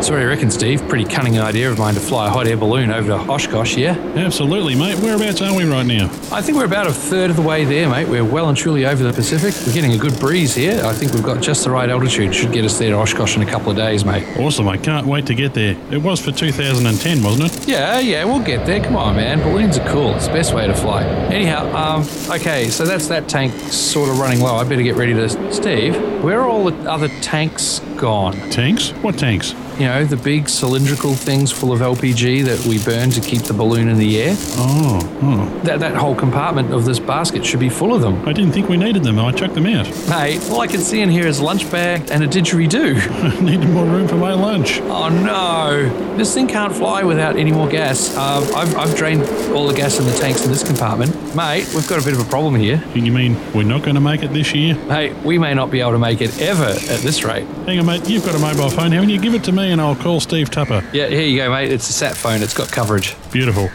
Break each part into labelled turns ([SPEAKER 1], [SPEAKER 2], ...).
[SPEAKER 1] So what do you reckon, Steve? Pretty cunning idea of mine to fly a hot air balloon over to Oshkosh, yeah?
[SPEAKER 2] Absolutely, mate. Whereabouts are we right now?
[SPEAKER 1] I think we're about a third of the way there, mate. We're well and truly over the Pacific. We're getting a good breeze here. I think we've got just the right altitude. Should get us there to Oshkosh in a couple of days, mate.
[SPEAKER 2] Awesome. I can't wait to get there. It was for 2010, wasn't it?
[SPEAKER 1] Yeah, yeah, we'll get there. Come on, man. Balloons are cool. It's the best way to fly. Anyhow, um, okay, so that's that tank sort of running low. I better get ready to. Steve, where are all the other tanks gone?
[SPEAKER 2] Tanks? What tanks?
[SPEAKER 1] You know, the big cylindrical things full of LPG that we burn to keep the balloon in the air?
[SPEAKER 2] Oh, oh.
[SPEAKER 1] That, that whole compartment of this basket should be full of them.
[SPEAKER 2] I didn't think we needed them. I chucked them out.
[SPEAKER 1] Mate, all I can see in here is a lunch bag and a didgeridoo.
[SPEAKER 2] I needed more room for my lunch.
[SPEAKER 1] Oh no, this thing can't fly without any more gas. Um, I've, I've drained all the gas in the tanks in this compartment. Mate, we've got a bit of a problem here.
[SPEAKER 2] You mean we're not going to make it this year?
[SPEAKER 1] Mate, we may not be able to make it ever at this rate.
[SPEAKER 2] Hang on, mate. You've got a mobile phone, haven't you? Give it to me and I'll call Steve Tupper.
[SPEAKER 1] Yeah, here you go, mate. It's a sat phone, it's got coverage.
[SPEAKER 2] Beautiful.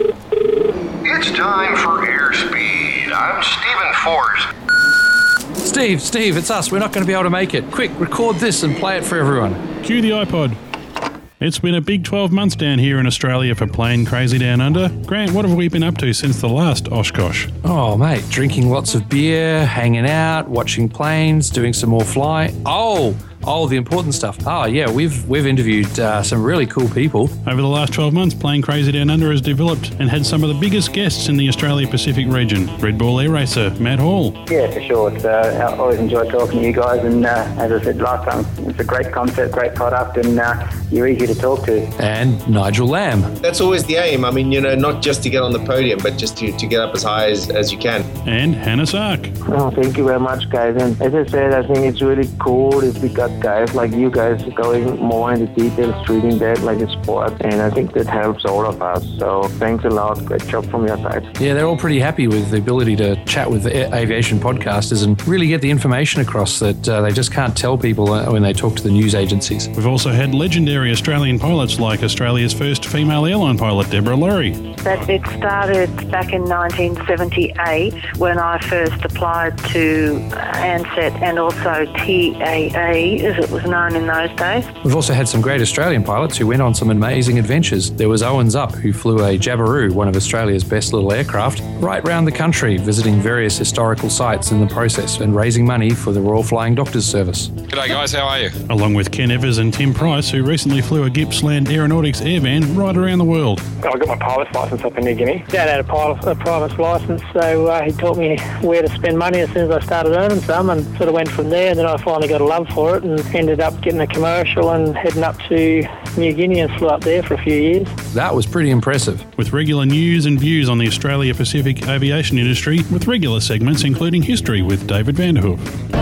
[SPEAKER 3] It's time for airspeed. I'm Stephen Forrest.
[SPEAKER 1] Steve, Steve, it's us. We're not going to be able to make it. Quick, record this and play it for everyone.
[SPEAKER 2] Cue the iPod. It's been a big 12 months down here in Australia for playing crazy down under. Grant, what have we been up to since the last Oshkosh?
[SPEAKER 1] Oh, mate, drinking lots of beer, hanging out, watching planes, doing some more fly. Oh, oh, the important stuff. Oh, yeah, we've we've interviewed uh, some really cool people.
[SPEAKER 2] Over the last 12 months, Playing Crazy Down Under has developed and had some of the biggest guests in the Australia Pacific region. Red Bull Air Racer, Matt Hall.
[SPEAKER 4] Yeah, for sure. It's, uh, I always enjoy talking to you guys, and uh, as I said last time, it's a great concept, great product, and uh, you're easy to talk to.
[SPEAKER 1] And Nigel Lamb.
[SPEAKER 5] That's always the aim. I mean, you know, not just to get on the podium, but just to, to get up as high as, as you can.
[SPEAKER 2] And Hannah Sark.
[SPEAKER 6] Oh, thank you very much, guys. And as I said, I think it's really cool if we got guys like you guys going more into details, treating that like a sport. And I think that helps all of us. So thanks a lot. Great job from your side.
[SPEAKER 1] Yeah, they're all pretty happy with the ability to chat with the a- aviation podcasters and really get the information across that uh, they just can't tell people uh, when they talk to the news agencies.
[SPEAKER 2] We've also had legendary Australian pilots like Australia's first female airline pilot, Deborah Lorry.
[SPEAKER 7] But it started back in 1978 when I first applied to ANSET and also TAA, as it was known in those days.
[SPEAKER 1] We've also had some great Australian pilots who went on some amazing adventures. There was Owens Up, who flew a Jabiru, one of Australia's best little aircraft, right round the country, visiting various historical sites in the process and raising money for the Royal Flying Doctors Service.
[SPEAKER 8] G'day, guys. How are you?
[SPEAKER 2] Along with Ken Evers and Tim Price, who recently flew a Gippsland Aeronautics airvan right around the world.
[SPEAKER 9] I got my pilot's license up in New Guinea.
[SPEAKER 10] Dad had a, pilot, a pilot's license, so uh, he taught me where to spend money as soon as I started earning some and sort of went from there. And then I finally got a love for it and ended up getting a commercial and heading up to New Guinea and flew up there for a few years.
[SPEAKER 1] That was pretty impressive.
[SPEAKER 2] With regular news and views on the Australia Pacific aviation industry, with regular segments including history with David Vanderhoof.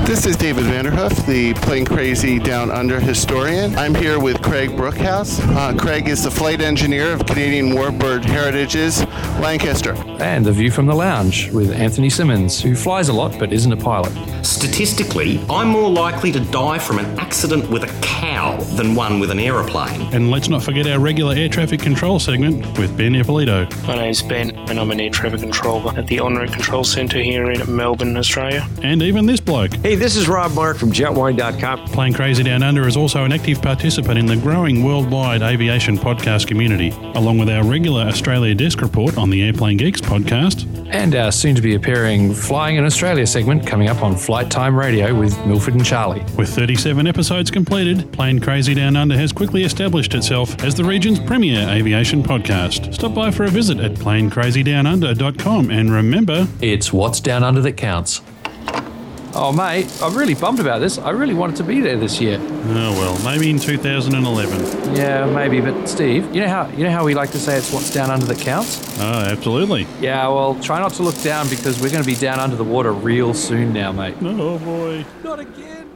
[SPEAKER 11] This is David Vanderhoof, the Plane Crazy Down Under historian. I'm here with Craig Brookhouse. Uh, Craig is the flight engineer of Canadian Warbird Heritages, Lancaster.
[SPEAKER 1] And The View from the Lounge with Anthony Simmons, who flies a lot but isn't a pilot.
[SPEAKER 12] Statistically, I'm more likely to die from an accident with a cow than one with an aeroplane.
[SPEAKER 2] And let's not forget our regular air traffic control segment with Ben Ippolito.
[SPEAKER 13] My name's Ben, and I'm an air traffic controller at the En Route Control Centre here in Melbourne, Australia.
[SPEAKER 2] And even this bloke.
[SPEAKER 14] Hey, this is Rob Mark from jetwine.com.
[SPEAKER 2] Playing Crazy Down Under is also an active participant in the growing worldwide aviation podcast community, along with our regular Australia Desk report on the Airplane Geeks podcast.
[SPEAKER 1] And our soon to be appearing Flying in Australia segment coming up on Flight Time Radio with Milford and Charlie.
[SPEAKER 2] With 37 episodes completed, Plane Crazy Down Under has quickly established itself as the region's premier aviation podcast. Stop by for a visit at planecrazydownunder.com and remember,
[SPEAKER 1] it's what's down under that counts. Oh, mate, I'm really bummed about this. I really wanted to be there this year.
[SPEAKER 2] Oh well, maybe in 2011.
[SPEAKER 1] Yeah, maybe, but Steve, you know how you know how we like to say it's what's down under that counts?
[SPEAKER 2] Oh, absolutely.
[SPEAKER 1] Yeah, well, try not to look down because we're going to be down under the water real soon now, mate.
[SPEAKER 2] Oh boy.
[SPEAKER 1] Not again.